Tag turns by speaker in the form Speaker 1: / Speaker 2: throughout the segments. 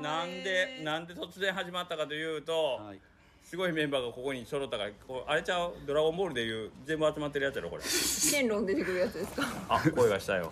Speaker 1: なんでなんで突然始まったかというと、
Speaker 2: はい
Speaker 1: すごいメンバーがここに揃ったからこうあれちゃう「ドラゴンボール」でいう全部集まってるやつやろこれ
Speaker 3: 線路に出てくるやつですか
Speaker 1: あ声がしたよ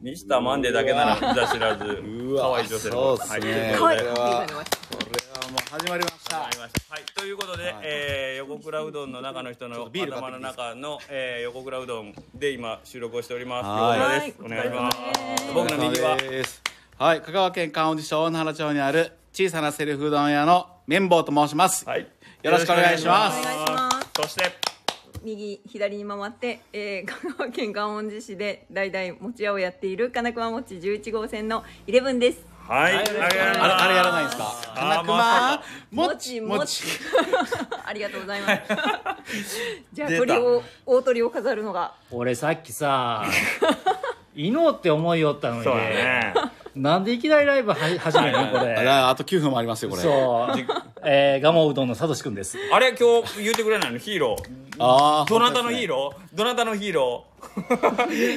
Speaker 1: ミスターマンデーだけなら見ざ知らず
Speaker 2: うわ
Speaker 1: 可愛い女性の
Speaker 2: そうっすね
Speaker 3: 可
Speaker 1: はいあ
Speaker 3: 愛
Speaker 1: りがとうご
Speaker 3: い
Speaker 1: ざいます
Speaker 2: これ
Speaker 3: 可愛い
Speaker 2: はこれはもう始まりまし
Speaker 1: わ
Speaker 2: た
Speaker 1: かりましたはい、ということで、えー横倉うどんの中の人
Speaker 2: ちょっ
Speaker 1: の
Speaker 2: とビール買っ
Speaker 1: 頭
Speaker 2: て
Speaker 1: の
Speaker 2: きていいです
Speaker 1: 中の、えー横倉うどんで今収録をしております
Speaker 2: はい
Speaker 1: 横倉ですお
Speaker 3: はい
Speaker 1: 願いします
Speaker 3: お
Speaker 1: 僕の右は
Speaker 2: ですはい香川県観音寺市大野原町にある小さなセルフうどん屋の綿棒と申します
Speaker 1: はい
Speaker 2: よろしくお願いします
Speaker 3: お願いします
Speaker 1: そして
Speaker 3: 右左に回って、えー、香川県観音寺市で代々餅屋をやっている金熊餅11号線のイレブンです
Speaker 1: はい、ありがとうございます
Speaker 2: あれあれやらないんですか花
Speaker 1: あ
Speaker 2: 熊もちもち
Speaker 3: ありがとうございます じゃあ
Speaker 1: 出た
Speaker 3: 鳥を大鳥を飾るのが
Speaker 4: 俺さっき さ犬って思いよったのに
Speaker 1: そうだね
Speaker 4: なんでいきなりライブは始めるのこ
Speaker 2: あ
Speaker 4: れ
Speaker 2: らあと9分もありますよこれ
Speaker 4: そうえーガモうどんのさとしくんです
Speaker 1: あれ今日言ってくれないのヒーロー
Speaker 2: あー
Speaker 1: どなたのヒーローどなたのヒーロ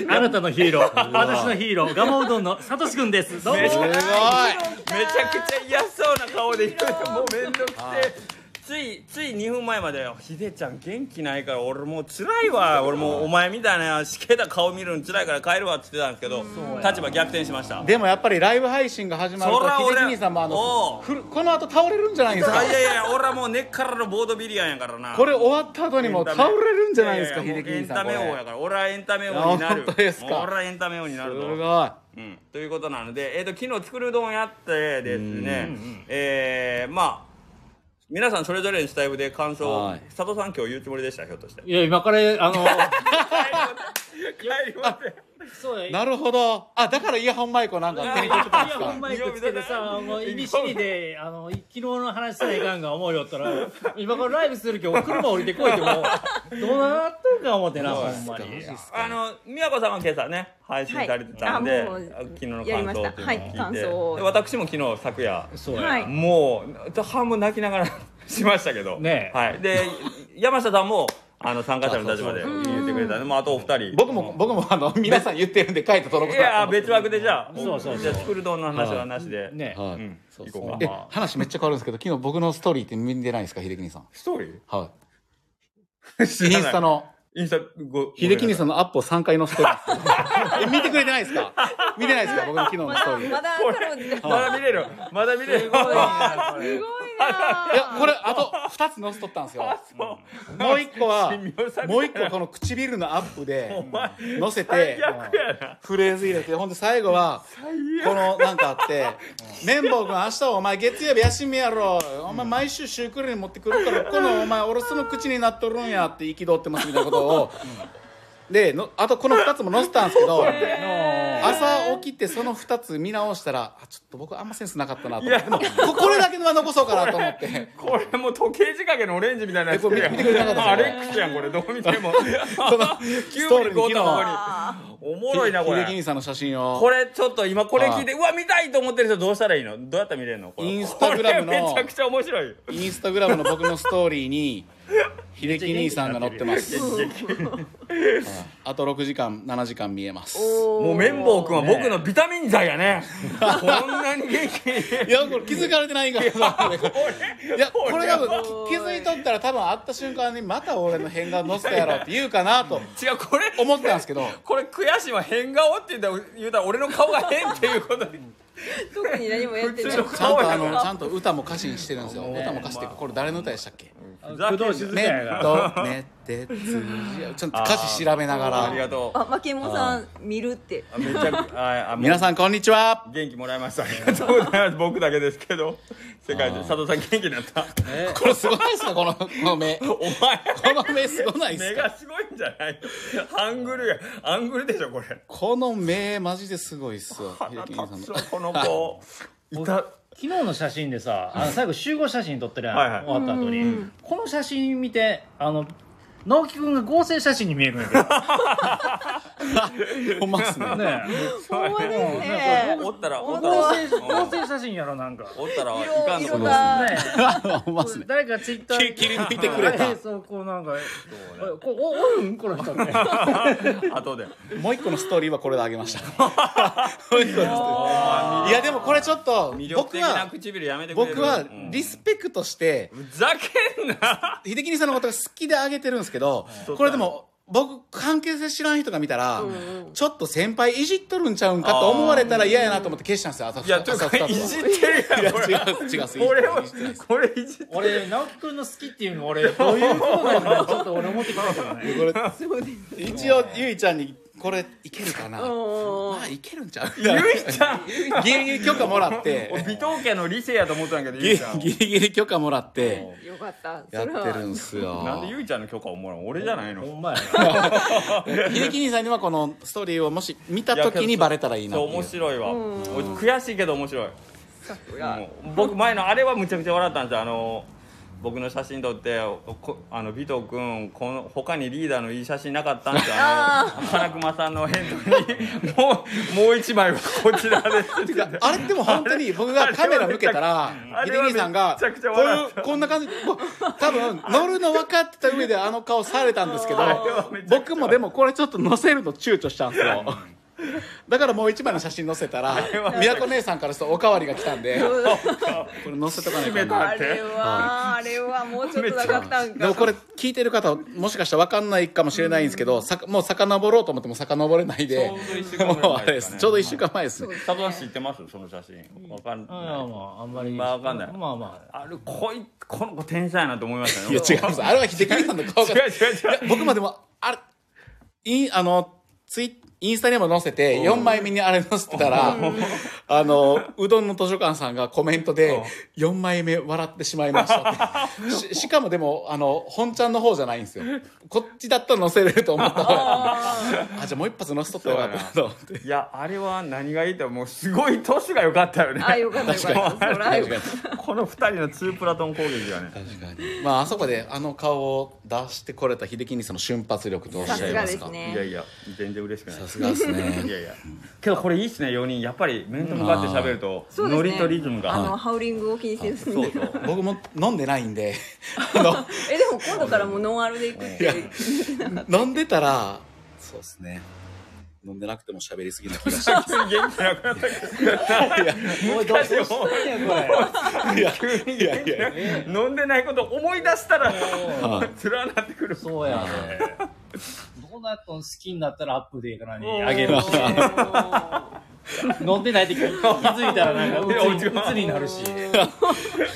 Speaker 4: あなたのヒーロー私のヒーローガモうどんのさとしくんです どうも
Speaker 1: めっち
Speaker 2: すごい
Speaker 1: ーめちゃくちゃ嫌そうな顔で言う のもうめんどくせえついつい2分前までよひでちゃん元気ないから俺もう辛いわ俺もうお前みたいなしけた顔見るの辛いから帰るわって言ってたんですけど立場逆転しました
Speaker 2: でもやっぱりライブ配信が始まる
Speaker 1: そら
Speaker 2: と
Speaker 1: 俺
Speaker 2: ひじきにさんもあ
Speaker 1: おう
Speaker 2: のふるこの後倒れるんじゃないですか
Speaker 1: あいやいや俺はもう根っからのボードビリアンやからな
Speaker 2: これ終わった後にもう倒れるんじゃないですか
Speaker 1: やや
Speaker 2: 秀
Speaker 1: もうエ
Speaker 2: 樹
Speaker 1: ン
Speaker 2: さ
Speaker 1: タ
Speaker 2: んこれ
Speaker 1: メ王やから俺はエンタメ王になる
Speaker 2: あ本当ですか
Speaker 1: もう俺はエンタメ王になる
Speaker 2: す
Speaker 1: と
Speaker 2: ごい
Speaker 1: うん、ということなので、えー、と昨日作るうどんやってですね、えーまあ皆さんそれぞれのスタイルで感想を
Speaker 2: はい
Speaker 1: 佐藤さん今日言うつもりでしたひょっとして
Speaker 4: いや今からあの
Speaker 1: 帰りません
Speaker 4: そうだよ
Speaker 2: なるほどあだからイヤホンマイクをなんか手に取ってたんで
Speaker 4: いや
Speaker 2: す
Speaker 4: ほ
Speaker 2: か
Speaker 4: んまにつけてさ、もういびしりで、あの、昨日の話せないかんが思うよったら、今からライブするけど、車降りてこいって もう、どうなっとるか思ってな、ほんまに。
Speaker 1: あの宮子さんは今朝ね配信されてたんで、
Speaker 3: はいあもう
Speaker 1: あ昨日の
Speaker 3: や
Speaker 1: 感
Speaker 3: りま
Speaker 1: 想
Speaker 3: し
Speaker 1: を
Speaker 3: た
Speaker 1: っていうのを聞いて、
Speaker 3: はい感想を
Speaker 1: で私も昨日昨夜
Speaker 4: そう
Speaker 3: は
Speaker 4: や
Speaker 3: い。
Speaker 1: もう半分泣きながら しましたけど、
Speaker 4: ねえ
Speaker 1: はい、で山下さんもあの参加者の立場で言ってくれたんで、まあ、あとお二人
Speaker 2: 僕も僕もあの皆さん言ってるんで書いて届
Speaker 1: い
Speaker 2: く
Speaker 1: や別枠でじゃあ
Speaker 4: そうそうそう
Speaker 1: じゃあ作るどんの話はなしで、
Speaker 4: ね。
Speaker 2: は
Speaker 1: う
Speaker 2: い
Speaker 1: ん、行こうか
Speaker 2: え話めっちゃ変わるんですけど昨日僕のストーリーって見てないですか秀樹兄 さん
Speaker 1: ストーリ
Speaker 2: は
Speaker 1: ー
Speaker 2: いインスタの
Speaker 1: インスタご
Speaker 2: 秀樹兄
Speaker 1: ん
Speaker 2: さんのアップを3回載せてるん ですえ見てくれてないですか見てないですか僕の昨日の
Speaker 3: ま
Speaker 2: スト
Speaker 3: だ
Speaker 2: ーリー
Speaker 3: まだ
Speaker 1: こ
Speaker 3: 彼女
Speaker 1: れまだ見れるまだ見れる
Speaker 3: すごいない
Speaker 2: やこれあと2つ載せとったんですよ
Speaker 1: そう
Speaker 2: もう一個は
Speaker 1: 神妙さみたいな
Speaker 2: もう一個この唇のアップで
Speaker 1: 前
Speaker 2: 載せて
Speaker 1: 最悪やな
Speaker 2: フレーズ入れてほんで最後はこのなんかあ って「綿棒君明日お前月曜日休みやろお前毎週シュークリーム持ってくるからこのお前おろすの口になっとるんや」って憤ってますみたいなことをでのあとこの2つも載せたんですけ ど朝起きてその2つ見直したらあちょっと僕あんまセンスなかったなと思ってでもここれだけは残そうかなと思って。
Speaker 1: これもう時計仕掛けのオレンジみたいなやつ
Speaker 2: えこれ見見てくれなかった
Speaker 1: アレックスやんこれどう見ても
Speaker 2: その
Speaker 1: 急
Speaker 2: ス
Speaker 1: に
Speaker 2: トーリー
Speaker 1: こ
Speaker 2: に
Speaker 1: んな
Speaker 2: 昨 日
Speaker 1: とこにおもろいなこ
Speaker 2: 秀樹
Speaker 1: れ
Speaker 2: 兄さんの写真を
Speaker 1: これちょっと今これ聞いてうわ見たいと思ってる人どうしたらいいのどうやって見れるのこれ
Speaker 2: インスタグラムの
Speaker 1: これめちゃくちゃ面白いよ
Speaker 2: インスタグラムの僕のストーリーに秀樹兄さんが載ってますあと6時間7時間見えます
Speaker 1: もう綿棒君は僕のビタミン剤や ねこんなに元気に
Speaker 2: いやこれ気づかれてないんかないやこれ多分き気づいとったら多分会った瞬間にまた俺の変顔載せたやろって言うかなと
Speaker 1: 違うこれ
Speaker 2: 思ってたんですけど
Speaker 1: これ悔しいわ変顔って言ったら言うたら俺の顔が変っていうことに
Speaker 3: 特に何もやってない
Speaker 1: 普
Speaker 2: ちゃんとあ
Speaker 1: そうや
Speaker 2: のちゃんと歌も歌詞にしてるんですよ歌も歌詞っていうかこれ誰の歌でしたっけ
Speaker 4: 工藤静香
Speaker 2: ね
Speaker 4: やが。
Speaker 2: とねてつじちゃんと歌詞調べな が
Speaker 1: ありが
Speaker 2: ら
Speaker 1: とう
Speaker 3: あ、まけもさん見るって
Speaker 1: あめちゃくああ
Speaker 2: 皆
Speaker 1: ん
Speaker 2: さんこんにちは
Speaker 1: 元気もらいましたありがとうございます僕だけですけど世界で佐藤さん元気になった
Speaker 2: これすごないですかこのこの目こ
Speaker 1: お前
Speaker 2: の目すごないで
Speaker 1: 目
Speaker 2: すか
Speaker 1: がすごいんじゃないアングルやアングルでしょこれ
Speaker 2: この目マジですごいっすよ秀樹兄さんの
Speaker 1: この子い た
Speaker 4: 昨日の写真でさ、あの最後集合写真撮ってるやん、
Speaker 1: はいはい
Speaker 4: 終わった後に。この写真見て、あの、直樹くんが合成写真に見えるんやけど。
Speaker 2: ほんまっすね
Speaker 4: ね
Speaker 3: ほんまですね
Speaker 1: おったらお
Speaker 4: 合
Speaker 1: ったら
Speaker 4: 成、合成写写真やろなんか
Speaker 1: おったらいかん
Speaker 3: 色
Speaker 1: の
Speaker 3: 色
Speaker 1: かも
Speaker 3: が
Speaker 4: ね
Speaker 2: ほんまっすね
Speaker 4: 誰かツイッター
Speaker 2: 切り抜いてくれた
Speaker 4: そうこうなんかあれこうおおるんこの人って
Speaker 1: 後で
Speaker 2: もう一個のストーリーはこれであげ ましたもう一個のストーリーいやでもこれちょっと
Speaker 1: 魅力
Speaker 2: 僕
Speaker 1: 的な
Speaker 2: は
Speaker 1: 唇やめてくれる
Speaker 2: 僕は
Speaker 1: うん
Speaker 2: リスペクトして
Speaker 1: ふざけんな
Speaker 2: 秀樹兄さんのことが好きであげてるんですけどこれでも僕関係性知らん人が見たらちょっと先輩いじっとるんちゃうんかと思われたら嫌やなと思って消したんですよ浅
Speaker 1: いやと
Speaker 2: 草
Speaker 1: いう
Speaker 2: 浅
Speaker 1: か
Speaker 2: 草と
Speaker 1: いじってるやんこ
Speaker 2: い
Speaker 1: れ
Speaker 2: や違う違う
Speaker 1: これ
Speaker 2: い
Speaker 1: は
Speaker 2: じってないです
Speaker 1: これいじってる
Speaker 4: 俺直樹君の好きっていうの俺どういうことなんだろうちょっと俺思ってきたけどね
Speaker 2: これ一応ゆいちゃんにこれいけるかなま
Speaker 3: お
Speaker 2: あいけるんちゃう
Speaker 1: ゆいちゃん
Speaker 2: ギリギリ許可もらっ
Speaker 1: 俺
Speaker 2: て
Speaker 1: 美頭家の理性やと思ったんやけど
Speaker 2: ギ
Speaker 1: ゆい
Speaker 2: リ
Speaker 1: ちゃん
Speaker 2: ギリギリ許可もらって
Speaker 3: ーよかったそ
Speaker 2: やっ
Speaker 3: れ
Speaker 2: て
Speaker 3: は
Speaker 2: るんすよ
Speaker 1: なんでゆいちゃんの許可をもらうの俺じゃないの
Speaker 4: ほんまや
Speaker 2: 秀樹兄さんにはこのストーリーをもし見た時にバレたらいいな
Speaker 1: そ
Speaker 2: っ
Speaker 1: う
Speaker 2: ていう
Speaker 1: 面白いわ
Speaker 3: うん
Speaker 1: 悔しいけど面白い
Speaker 3: さすが
Speaker 1: もう僕前のあれはむちゃくちゃ笑ったんですよあの僕の写真撮ってこあの尾藤君この他にリーダーのいい写真なかったんですよあの花熊さんの返答に 「もうもう一枚はこちらです」って言って
Speaker 2: あれでも本当に僕がカメラ向けたら
Speaker 1: あ
Speaker 2: 秀
Speaker 1: れは
Speaker 2: 樹さんが
Speaker 1: めちゃくちゃ
Speaker 2: こう
Speaker 1: 笑
Speaker 2: い
Speaker 1: っ
Speaker 2: うこんな感じこう多分乗るの分かってた上であの顔されたんですけど
Speaker 1: はめちゃくちゃ
Speaker 2: 僕もでもこれちょっと載せるの躊躇したんですよだからもう一枚の写真載せたら宮子姉さんからするとおかわりが来たんでこれ載せとかないかな
Speaker 1: だ
Speaker 3: あ
Speaker 1: って
Speaker 3: れはあれはもうちょっとなかったん
Speaker 2: で
Speaker 3: か
Speaker 2: もこれ聞いてる方もしかしたら分かんないかもしれないんですけどさかもう遡ろうと思っても遡れないで
Speaker 1: ちょうど一週間ぐらい前ですかね
Speaker 2: もうあれですちょうど1週間前ですね
Speaker 1: 佐藤さん知ってますその写真わかん
Speaker 4: まあ
Speaker 1: ない
Speaker 4: まああんまり
Speaker 1: まあわかんない
Speaker 4: まあまあ
Speaker 1: あれこいこの子天才やなと思いました
Speaker 2: い
Speaker 1: ね
Speaker 2: や違いますあれは秀樹さんの顔が
Speaker 1: 違う違う違う
Speaker 2: 僕もでもあれインあのツイインスタにも載せて4枚目にあれ載せてたらあのうどんの図書館さんがコメントで4枚目笑ってしまいましたってししかもでもあの本ちゃんの方じゃないんですよこっちだったら載せれると思った方やったんであじゃあもう一発載せとったらよかったと思って
Speaker 1: いやあれは何がいいってもうすごいトスが良かったよね
Speaker 3: あよかったよかったそれはよ
Speaker 2: 確
Speaker 3: か
Speaker 2: か
Speaker 3: った
Speaker 2: に
Speaker 1: この2人のツープラトン攻撃がね
Speaker 2: 確かにまああそこであの顔を出してこれた秀樹にその瞬発力とおっし
Speaker 3: さ
Speaker 2: ゃ
Speaker 3: す
Speaker 2: い
Speaker 3: が
Speaker 2: ま
Speaker 3: ですす
Speaker 2: か
Speaker 1: いや
Speaker 3: ね
Speaker 1: いや全然嬉しくない
Speaker 2: さすがです
Speaker 1: い
Speaker 2: ね
Speaker 1: やいやけどこれいいっすね4人やっぱり面と向かって喋ると、
Speaker 3: そうです
Speaker 1: ノ
Speaker 3: ね
Speaker 1: リとリズム
Speaker 3: あ
Speaker 1: が
Speaker 3: のハウリングを気にせず
Speaker 1: そう
Speaker 3: に
Speaker 1: そう
Speaker 2: 僕も飲んでないんであの
Speaker 3: えでも今度からもうノンアルでいくっていう
Speaker 2: 飲んでたらそうですね飲んでなくても喋りすぎな気がしま
Speaker 1: 元気なくなったけ
Speaker 4: おいどうしたんやこれ
Speaker 2: す いやいやいや
Speaker 1: ど飲んでないこと思い出したら
Speaker 2: はい
Speaker 1: 辛なってくる
Speaker 4: そうやね。ドーナツの好きになったらアップでいかなに
Speaker 1: おー
Speaker 4: あげるし。飲んでない時気づいたらなんかうつにうつになるし。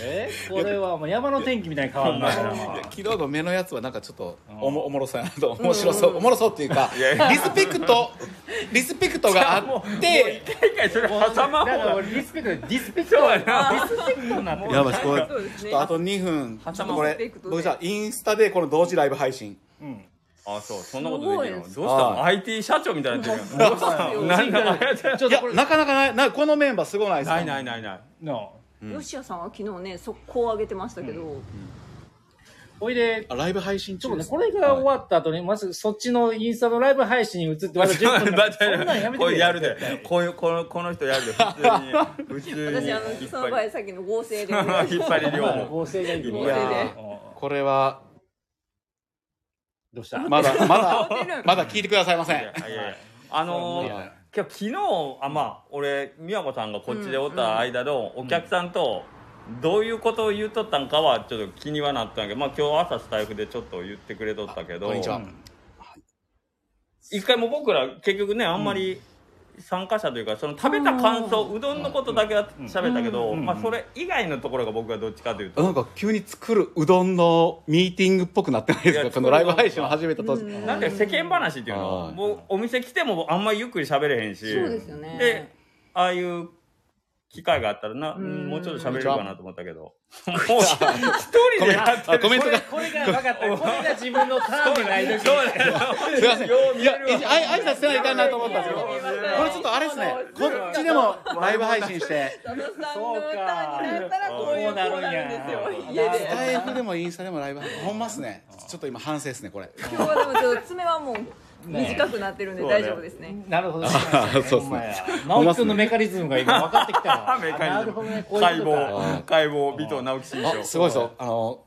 Speaker 4: えこれはもう山の天気みたいに変わるなから。
Speaker 2: 昨日の目のやつはなんかちょっとおもおもろそうやなと面白そうおもろそうっていうか
Speaker 1: いやいや
Speaker 2: リスペクトリスペクトがあって
Speaker 1: 一回一回それ挟まん方
Speaker 4: だから
Speaker 1: が
Speaker 4: 俺リスペクトディスペクト
Speaker 1: そうやな
Speaker 4: なってる。
Speaker 2: やばいこれ
Speaker 3: そうです
Speaker 2: ちょ
Speaker 3: ね
Speaker 2: っとあと2分ちょ
Speaker 1: 挟まん
Speaker 2: っとこ
Speaker 3: リスペ
Speaker 2: れ
Speaker 3: クトで
Speaker 2: 僕じゃあインスタでこの同時ライブ配信
Speaker 1: あそうそんなことできるのどう
Speaker 3: す
Speaker 1: した
Speaker 2: ごい
Speaker 1: の IT 社長みたいになってるやんどうしたのなんだ
Speaker 4: ちょっ
Speaker 2: い
Speaker 4: と
Speaker 2: や
Speaker 4: これ
Speaker 2: なかなかないなこのメンバーすごないですか
Speaker 1: ないないない ない
Speaker 4: の。
Speaker 3: ヨシアさんは昨日ね速攻上げてましたけど
Speaker 4: おいで。
Speaker 2: あライブ配信
Speaker 4: ち
Speaker 2: 中
Speaker 4: ょっと
Speaker 2: で
Speaker 4: ね、
Speaker 2: す
Speaker 4: これが終わった後に、まずそっちのインスタのライブ配信に移って、また10 分だ。そんなんやめて
Speaker 1: これ
Speaker 4: くれ。
Speaker 1: やるでこういうこのこの人やるで普通に普通 に
Speaker 3: 私あの
Speaker 1: 引っ
Speaker 3: その
Speaker 1: 張
Speaker 3: 場合
Speaker 1: り
Speaker 3: さっきの合成で
Speaker 1: 引っ張り両
Speaker 4: まあ
Speaker 1: 方
Speaker 4: 合成がいいね。
Speaker 1: 合
Speaker 2: 成で
Speaker 4: うん
Speaker 2: これは
Speaker 4: どうした
Speaker 2: まだまだ
Speaker 3: 合ってる
Speaker 2: まだ聞いてくださいませ
Speaker 1: い
Speaker 2: ん
Speaker 1: やいやいやあのー
Speaker 2: はい
Speaker 1: 今日昨日あまあ俺美和子さんがこっちでおった間のお客さんとどういうことを言うとったんかはちょっと気にはなったんやけど、まあ、今日朝スタイフでちょっと言ってくれとったけど
Speaker 2: こんにちは
Speaker 1: 一回も僕ら結局ねあんまり参加者というかその食べた感想うどんのことだけは喋ったけど、
Speaker 4: うん
Speaker 1: まあ、それ以外のところが僕はどっちかというと
Speaker 2: なんか急に作るうどんのミーティングっぽくなってないで
Speaker 1: い
Speaker 2: す
Speaker 1: や
Speaker 2: かこのライブ配信を始めた当時
Speaker 3: うん
Speaker 1: なんか世間話っていうの
Speaker 2: はい
Speaker 1: もうお店来てもあんまりゆっくり喋れへんし
Speaker 3: そうですよね
Speaker 1: でああいう機会があったらな
Speaker 3: うん
Speaker 1: もうちょっと喋れるかなと思ったけどもう一人 でやって
Speaker 2: あ
Speaker 1: る
Speaker 2: コメントが
Speaker 4: これが分かったこれが自分のターンでない時
Speaker 1: そうだよ
Speaker 2: すいません
Speaker 1: よう見
Speaker 2: いや
Speaker 1: えるわ
Speaker 2: あい挨拶せないかんなと思ったんですけどこれちょっとあれですねこっちでもライブ配信して
Speaker 3: 佐野さんの歌になったらこういうこうなるんですよ
Speaker 4: そうか
Speaker 3: 家で
Speaker 2: スタイフでもインスタでもライブ配信ほんまっすねちょっと今反省ですねこれ
Speaker 3: 今日はでもちょっと爪はもう短くなってるんで
Speaker 1: そうね
Speaker 3: 大丈夫ですね。
Speaker 4: なるほど。
Speaker 2: ーそうっすね
Speaker 4: ほんまや直樹君のメカニズムが今分かってきたわ。
Speaker 1: メカニズム
Speaker 4: あなるほどね。こうい
Speaker 1: 解
Speaker 4: うことか。
Speaker 1: 剖解剖尾藤直樹新
Speaker 2: あ
Speaker 1: 章
Speaker 2: すごいぞあの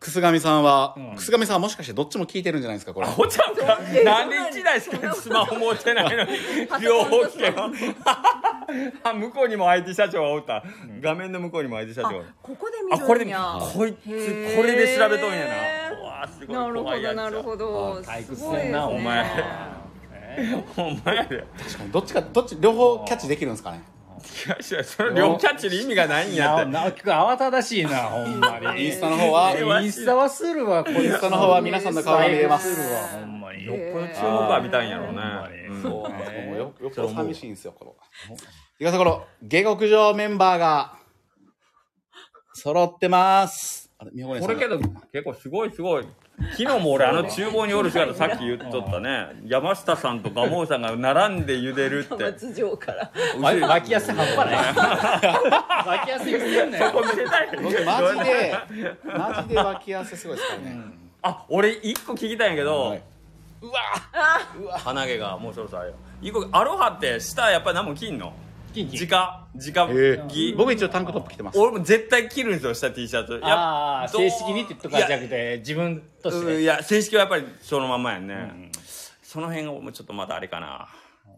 Speaker 2: 楠上さんは
Speaker 4: ん
Speaker 2: 楠上さんはもしかしてどっちも聞いてるんじゃないですかこれ
Speaker 1: ほちゃんかなんで一台しかスマホ持ってないのに両方聞けよあ向こうにも IT 社長がおった画面の向こうにも IT 社長がおった
Speaker 3: ここで見
Speaker 1: あこれ
Speaker 3: る
Speaker 1: で
Speaker 3: ん
Speaker 1: 見
Speaker 3: や。
Speaker 1: こい
Speaker 3: へ
Speaker 1: つ
Speaker 3: ー
Speaker 1: これで調べとんやなうわすごい
Speaker 3: なるほ
Speaker 1: 怖いや
Speaker 3: ど
Speaker 1: つだ
Speaker 3: なるほど。
Speaker 4: 退屈
Speaker 3: す
Speaker 4: す
Speaker 3: ごいです
Speaker 4: ん
Speaker 3: ね
Speaker 4: なお前。
Speaker 1: ほんまやで
Speaker 2: 確かにどっちかどっち両方キャッチできるんですかね
Speaker 1: いやいやそれ両キャッチで意味がないんやっ
Speaker 4: な
Speaker 1: て
Speaker 4: 直樹君慌ただしいなほんまに。
Speaker 2: インスタの方は
Speaker 1: え
Speaker 2: イ
Speaker 1: ー
Speaker 4: インスタはするわこい
Speaker 2: ンス
Speaker 4: つ
Speaker 2: タの
Speaker 4: の
Speaker 2: 方は皆さんの顔が見えま
Speaker 4: スタ
Speaker 2: す
Speaker 4: はほんまに。
Speaker 1: よっぽど注目は見たいんやろうねうん
Speaker 2: そうなんですよもうよよっぽど寂しいんですよこの東この下克上メンバーが揃ってますあれ美穂姉
Speaker 1: こ
Speaker 2: さ
Speaker 1: れ
Speaker 2: ん
Speaker 1: けど結構すごいすごい昨日も俺あの厨房におる姿さっき言っとったね山下さんと蒲生さんが並んで茹でるって
Speaker 3: 松 上から。
Speaker 4: ま巻きやす半端ない。巻きやすいくせんね。
Speaker 1: そこ見せたい
Speaker 2: 僕マジでマジで脇汗すごいですからね、
Speaker 1: あ俺一個聞きたいんやけど、
Speaker 2: はい、
Speaker 1: 鼻毛がもうそろそろあれよ一個アロハって下やっぱり何も切んの
Speaker 4: キンキン
Speaker 1: 直直ぎ
Speaker 2: 僕一応タンクトップ着てます
Speaker 1: 俺も絶対切るんですよ下 T シャツや
Speaker 4: ああ
Speaker 1: どう
Speaker 4: 正式にって言っとか
Speaker 1: い
Speaker 4: じ
Speaker 1: や
Speaker 4: ゃなくて自分とし
Speaker 1: うん
Speaker 4: て
Speaker 1: いや正式はやっぱりそのまんまやんね、その辺がもうちょっとまだあれかな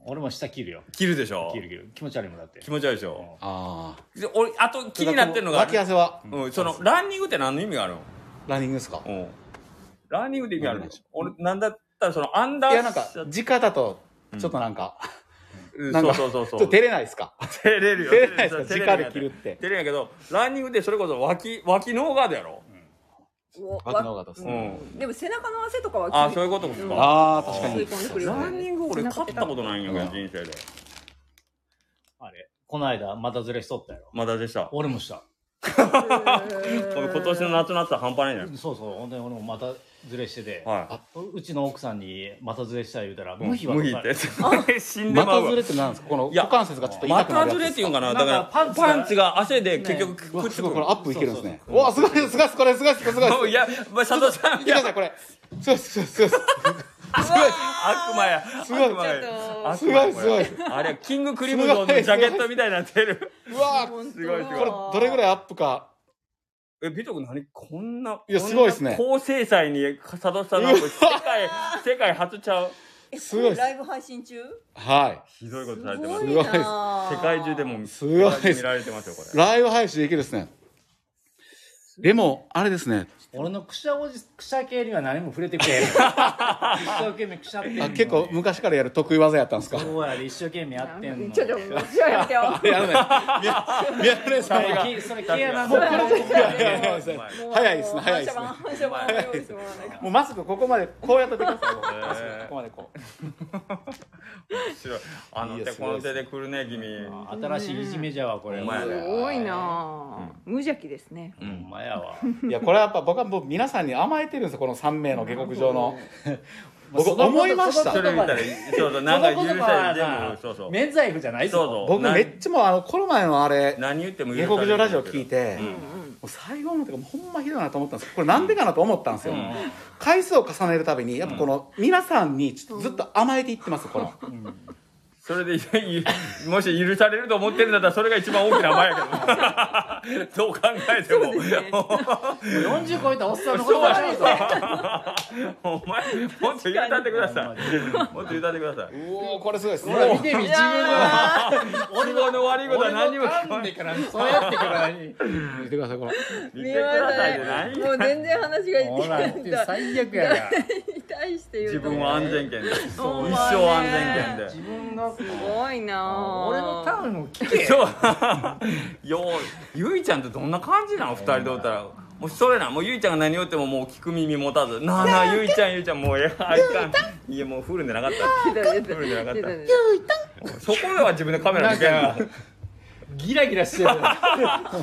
Speaker 4: 俺も下切るよ
Speaker 1: 切るでしょ
Speaker 4: 切る切る気持ち悪いもんだって
Speaker 1: 気持ち悪いでしょ、
Speaker 2: ああ
Speaker 1: で俺あと気になってるのが
Speaker 2: 脇汗は
Speaker 1: うん、そのランニングって何の意味があるの、
Speaker 2: ランニングですか
Speaker 1: うん、ランニングって意味あるの
Speaker 2: わかんない
Speaker 1: 俺なんだったらそのアンダー
Speaker 2: いやなんか
Speaker 1: シャツ
Speaker 2: 直だとちょっとなんか、
Speaker 1: うん
Speaker 2: なん
Speaker 1: そ
Speaker 2: か
Speaker 1: うそうそうそう
Speaker 2: ちょっと照れないですか
Speaker 1: 照れるよ
Speaker 2: 照れないですか
Speaker 1: 照れるよ
Speaker 2: 直で着るって
Speaker 1: 照れるんやけどランニングでそれこそ脇脇ノーガードやろ、
Speaker 3: お
Speaker 2: 脇の方がです
Speaker 1: う
Speaker 2: ね
Speaker 1: ん
Speaker 3: でも背中の汗とかは
Speaker 1: あそういうことですか
Speaker 2: ああ確か
Speaker 3: 吸い
Speaker 2: に
Speaker 3: 込んでくるよね
Speaker 1: ランニング俺勝ったことないんやけど人生で
Speaker 4: あれこの間またずれしとったやろ
Speaker 1: まだでした
Speaker 4: 俺もした
Speaker 1: 俺今年の夏の夏は半端ないんや
Speaker 4: そうそうほんで俺もまたずれしてて、
Speaker 1: は
Speaker 4: うちの奥さんにまたずれした言うた
Speaker 1: い
Speaker 4: ら、無理は
Speaker 1: 無
Speaker 4: と
Speaker 1: 理
Speaker 4: か
Speaker 1: って 死んで
Speaker 2: ま
Speaker 1: ま
Speaker 2: た
Speaker 1: うわ
Speaker 2: ずれってなんですかこの
Speaker 1: いや
Speaker 2: 股関節がちょっと痛
Speaker 1: ま
Speaker 2: くな
Speaker 1: た
Speaker 2: る
Speaker 1: ずれ
Speaker 2: や
Speaker 1: っ
Speaker 2: つ
Speaker 1: てい
Speaker 2: で
Speaker 1: うん
Speaker 2: すか
Speaker 1: かな
Speaker 4: なんか
Speaker 1: だから
Speaker 4: パンツが
Speaker 1: パンツが汗で結局
Speaker 2: う
Speaker 1: く
Speaker 2: わ
Speaker 1: っつ
Speaker 2: す
Speaker 1: く
Speaker 2: ごいこれアップいけるんですね
Speaker 4: そうそうそう
Speaker 2: うわすごいすごいすごいすごいすごいすごいすご い
Speaker 1: いやまあ佐藤さん
Speaker 2: 見
Speaker 1: い
Speaker 2: て
Speaker 1: や
Speaker 2: くださいこれすごいすごいすごいす
Speaker 1: 悪魔や
Speaker 2: ごい
Speaker 1: 悪魔や
Speaker 3: ちょ
Speaker 1: 悪
Speaker 3: っ
Speaker 2: ごいす
Speaker 1: 魔
Speaker 2: ごいすごい
Speaker 1: これあれキングクリムゾンのジャケットみたいになってる
Speaker 2: うわ
Speaker 3: 本当
Speaker 1: すごいすごい
Speaker 2: これどれぐらいアップか
Speaker 1: え、ビト君何こんな。
Speaker 2: いやすごいっすね
Speaker 1: こんな高精細に、佐藤さんなんか世界、世界初ちゃう。
Speaker 3: え
Speaker 2: すごいっす
Speaker 3: これライブ配信中
Speaker 2: は
Speaker 1: ひどいことされてます。
Speaker 2: す
Speaker 1: 世
Speaker 2: ごいっす
Speaker 1: 界中でも見、
Speaker 2: すごいっす
Speaker 1: 世界中見られてますよ、こ
Speaker 2: い
Speaker 1: れ。
Speaker 2: ライブ配信できるですねでもあれですね
Speaker 4: 俺のくしゃおじくしゃ系には何も触れてく れへん一生懸命くしゃってんの
Speaker 2: あ
Speaker 4: に
Speaker 2: 結構昔からやる得意技やったんですか
Speaker 4: そうやで一生懸命やってんの
Speaker 3: ちょっと面白いやめてよ
Speaker 2: やるね宮宮根さんが
Speaker 4: それそれ毛穴
Speaker 3: そ
Speaker 4: の
Speaker 3: れ
Speaker 2: いやいやいや
Speaker 3: もう
Speaker 2: 早いですね早いですね
Speaker 3: もう反射板反射板用意してもらわないか
Speaker 2: もうマスクここまでこうやっててくださいもうマスクここまでこう
Speaker 1: 面白い。あの
Speaker 2: い
Speaker 1: 手
Speaker 2: や
Speaker 1: この手で来るね、君。
Speaker 4: 新しいいじめじゃわこれ
Speaker 1: ほんまや
Speaker 3: す
Speaker 1: ね
Speaker 3: ごいなぁ無邪気ですね
Speaker 4: ほんまやわ
Speaker 2: いやこれはやっぱ僕はもう皆さんに甘えてるんですよこの3名の下克上 の僕
Speaker 4: その
Speaker 2: 思いまし
Speaker 1: そ
Speaker 2: た
Speaker 1: れ見たら、そうそう、なんか許
Speaker 4: その言
Speaker 1: さ
Speaker 4: 葉
Speaker 1: れ全
Speaker 4: は
Speaker 1: 部、そうそう。
Speaker 4: 免罪符じゃない
Speaker 1: そう
Speaker 4: ぞ
Speaker 1: そう。
Speaker 2: 僕めっちゃもうあのこの前のあれ
Speaker 1: な何言っても許
Speaker 2: 下
Speaker 1: され
Speaker 2: 克上ラジオ聞いて、
Speaker 1: うん
Speaker 2: もう最後のとかほんまひどいなと思ったんですよこれなんでかなと思ったんですよ、回数を重ねるたびにやっぱこの皆さんにちょっとずっと甘えていってますこの、
Speaker 1: それで、いいもし許されると思ってるんだったら、それが一番大きな前やけど。 どう考えても。
Speaker 4: 40超えたおっさんのこ
Speaker 1: そ
Speaker 4: と
Speaker 1: う
Speaker 4: だよ
Speaker 1: やお前もっと歌ってくださいもっと歌ってくださいう
Speaker 2: おーこれすごいです
Speaker 4: ほら
Speaker 2: ね
Speaker 4: 見てみ自分の
Speaker 1: 俺の悪いことは何にも聞こえ
Speaker 4: 噛ん
Speaker 1: な
Speaker 4: で
Speaker 1: い
Speaker 4: からそうやってからに
Speaker 2: 見てくださいこの
Speaker 1: 見てくださいじゃな
Speaker 3: もう
Speaker 1: い
Speaker 3: 全然話が
Speaker 4: ほら
Speaker 3: いって
Speaker 4: 最悪やな
Speaker 3: 対して言う
Speaker 1: 自
Speaker 3: と
Speaker 1: 分は安全圏で一
Speaker 3: ほんまね
Speaker 1: 生安全圏
Speaker 4: 自分が
Speaker 3: すごいなぁ
Speaker 4: 俺のターンを聞け
Speaker 1: でそうようゆいちゃんってどんな感じなの二人でおったらもうそれなもうゆいちゃんが何言ってももう聞く耳持たずなあなあゆいちゃんゆいちゃんもういやあいかんいやもうフルでなかった
Speaker 3: 出た出た
Speaker 1: フルでなかっ
Speaker 3: 出た
Speaker 1: た
Speaker 3: 出た
Speaker 1: そこは自分でカメラ
Speaker 4: な
Speaker 1: 見
Speaker 4: ん
Speaker 1: てんの
Speaker 4: かギラギラしてる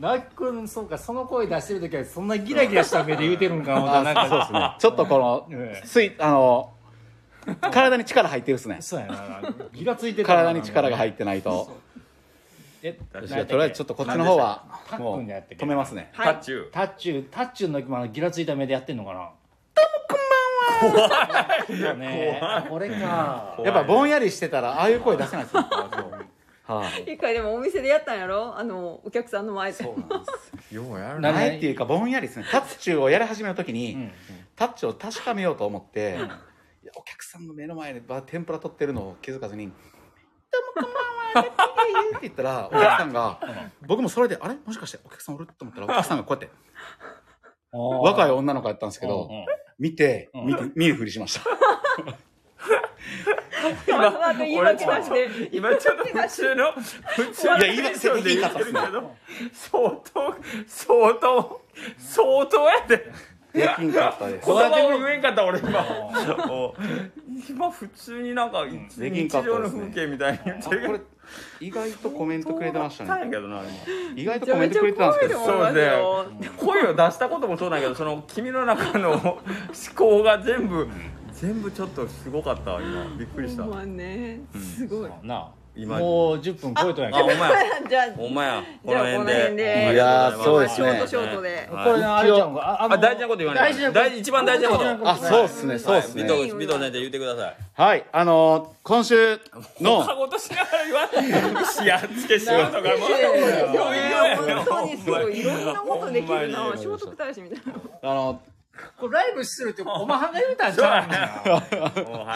Speaker 4: なっくんそうかその声出してる時はそんなギラギラした目で言うてるんか思った
Speaker 2: あ
Speaker 4: なん
Speaker 2: ーそうです
Speaker 4: か
Speaker 2: ねちょっとこの
Speaker 4: ええ
Speaker 2: スイあの体に力入ってるですね
Speaker 4: そうやなギラついてたな
Speaker 2: 体に力が入ってないと
Speaker 4: え
Speaker 2: いやとりあえずちょっとこっちの方はもう止めますね
Speaker 1: タッチュー
Speaker 4: タッチュータッチューの時もあのギラついた目でやってんのかなよねこれか
Speaker 2: やっぱぼんやりしてたらああいう声出せないですよ。はい。
Speaker 3: 一回でもお店でやったんやろあのお客さんの前で
Speaker 2: そうなんです。
Speaker 5: ようやる
Speaker 4: な
Speaker 5: な
Speaker 2: 前っていうかぼんやりですね。タッチをやり始めの時に、タッチを確かめようと思って、いやお客さんの目の前でば天ぷら取ってるのを気づかずに。どうもこんばんはって言ったらお客さんが僕もそれであれもしかしてお客さんおると思ったらお客さんがこうやって若い
Speaker 4: い
Speaker 2: 女の子やったんですけ
Speaker 4: け
Speaker 2: ど見て
Speaker 4: うん
Speaker 2: 見て見るふりしました
Speaker 3: その後言い訳なしで
Speaker 1: 今ちょっと普通の普通の
Speaker 2: いや今セリフ言い方
Speaker 1: テンションで言
Speaker 2: っすね
Speaker 1: ってるけど相当相当相当やで
Speaker 2: できんかったです
Speaker 1: 言葉を言えんかった俺今お今普通になんか一
Speaker 2: できん
Speaker 1: 日
Speaker 2: かったで
Speaker 1: 常
Speaker 2: すね
Speaker 1: の風景みたいに言っ
Speaker 2: あ
Speaker 1: て
Speaker 2: こ
Speaker 1: るけど
Speaker 2: れ意外とコメントくれてました
Speaker 1: 相当あったん
Speaker 2: ね
Speaker 1: やけどな今
Speaker 2: 意外と
Speaker 3: めち
Speaker 2: コ
Speaker 3: ゃ
Speaker 2: メ
Speaker 3: め
Speaker 2: ン
Speaker 3: ち
Speaker 2: ト
Speaker 3: ゃ
Speaker 2: くれてたん
Speaker 3: 声
Speaker 2: ですけ
Speaker 3: で
Speaker 2: ど
Speaker 3: もますよ
Speaker 1: 声を出したこともそうなんやけどその君の中の思考が全部全部ちょっとすごかったわ今びっくりした
Speaker 3: ほんまねすごい
Speaker 4: な
Speaker 1: 今
Speaker 4: もう10分超えとんやけ
Speaker 1: あお
Speaker 4: ど
Speaker 1: 前や
Speaker 3: じゃあ
Speaker 1: お前や
Speaker 3: じゃあこの辺で
Speaker 1: ありがとござま
Speaker 2: いやーそうですね
Speaker 3: ショートショートで
Speaker 1: はい
Speaker 4: これなあれちゃんがああの
Speaker 1: あ大事なこと言わない
Speaker 4: 大事なこと
Speaker 1: 大事一番大事なこと
Speaker 4: 大事な
Speaker 2: あ
Speaker 4: こ
Speaker 2: そうっすねそうっす
Speaker 1: ビ
Speaker 2: ね
Speaker 1: トビト先生言ってください
Speaker 2: はいあのー今週の
Speaker 1: カゴとしながら言わないやっつけ仕事がもう
Speaker 3: いや本当にすごいいろんなことできるな聖徳太子みたいな
Speaker 2: あの
Speaker 4: これライブするってお前はんが言うたんちゃう んや
Speaker 1: もうは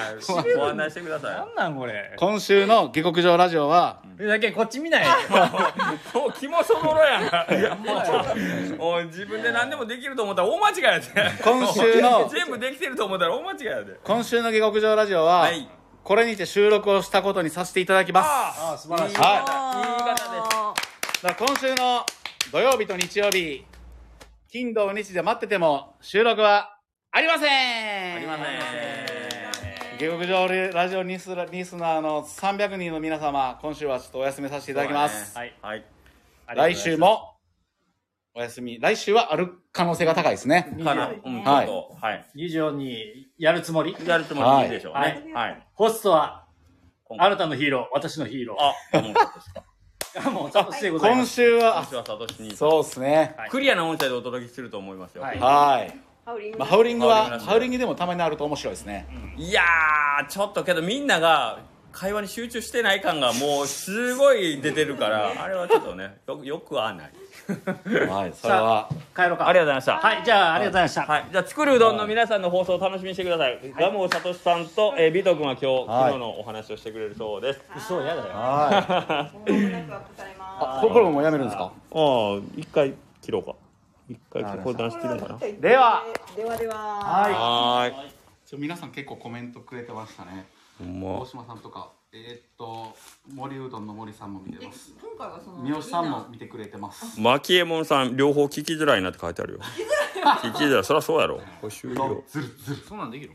Speaker 1: いご案内してくださ
Speaker 4: なんなんこれ
Speaker 2: 今週の下克上ラジオは
Speaker 4: それだけこっち見ない
Speaker 1: いもう肝そぼろやなもう自分で何でもできると思ったら大間違いやで
Speaker 2: 今週の
Speaker 1: 全部できてると思ったら大間違いやで
Speaker 2: 今週の下克上ラジオは、
Speaker 1: はい
Speaker 2: これにて収録をしたことにさせていただきます
Speaker 4: あ素晴らしい
Speaker 1: はい言い方です
Speaker 2: だから今週の土曜日と日曜日金土日で待ってても収録はありません
Speaker 1: ありません
Speaker 2: 下克上ラジオリスリスナーの300人の皆様今週はちょっとお休みさせてい
Speaker 1: い
Speaker 2: ただきます、
Speaker 1: はいはい
Speaker 2: 来週もお休み来週はある可能性が高いですね
Speaker 1: かなうんちょ
Speaker 2: は
Speaker 1: っ
Speaker 2: い
Speaker 1: とはい
Speaker 4: 以上にやるつもり
Speaker 1: やるつもりいいでしょう
Speaker 4: は
Speaker 1: ね
Speaker 4: い
Speaker 1: はい
Speaker 4: ホストは
Speaker 1: 今
Speaker 4: あ
Speaker 1: 回
Speaker 4: なたのヒーロー私のヒーロ
Speaker 1: あ面白かったですか
Speaker 4: ーもう楽しいございま
Speaker 2: 今
Speaker 4: す
Speaker 2: 週は
Speaker 1: 今週はサトシに
Speaker 2: そうですね
Speaker 1: クリアな音声でお届けすると思いますよ
Speaker 4: はい
Speaker 2: はい、
Speaker 3: ハウリング
Speaker 2: まあ、ハウリングは
Speaker 1: ハ
Speaker 2: ハ
Speaker 1: ウ
Speaker 2: ウ
Speaker 1: リ
Speaker 2: リ
Speaker 1: ン
Speaker 2: ングでもたまにあると面白いですね、
Speaker 1: いやーちょっとけどみんなが会話に集中してない感がもうすごい出てるからあれはちょっとねよよくは ない
Speaker 2: はいそれは
Speaker 4: 帰ろうか
Speaker 1: ありがとうございました
Speaker 4: はいじゃあありがとうございました
Speaker 1: はい、じゃあ作るうどんの皆さんの放送を楽しみにしてください、ガムオサトシさんと、えー、ビト君は今日、
Speaker 2: は
Speaker 1: 昨
Speaker 2: い
Speaker 1: 日のお話をしてくれるそうです
Speaker 4: そうやだよ
Speaker 2: は
Speaker 3: こ
Speaker 2: い
Speaker 3: の中は答えま
Speaker 2: あここれももうやめるんですか
Speaker 1: ああ一回切ろうか一回
Speaker 2: なる
Speaker 1: こ
Speaker 2: ほ
Speaker 1: れ
Speaker 2: ど
Speaker 1: 出し切るのか
Speaker 3: す
Speaker 2: では
Speaker 3: ではでは
Speaker 1: なはーい
Speaker 2: ちょ皆さん結構コメントくれてましたね
Speaker 1: ほんま
Speaker 2: 大島さんとかえーっと森うどんの森さんも見てます
Speaker 3: 今回はその
Speaker 2: 三好さんも見てくれてます
Speaker 1: マキエモンさん両方聞きづらいなって書いてあるよ聞きづらいそりゃそうやろこれ終
Speaker 2: うどん
Speaker 1: 了
Speaker 2: ずるずる
Speaker 4: そんなんできる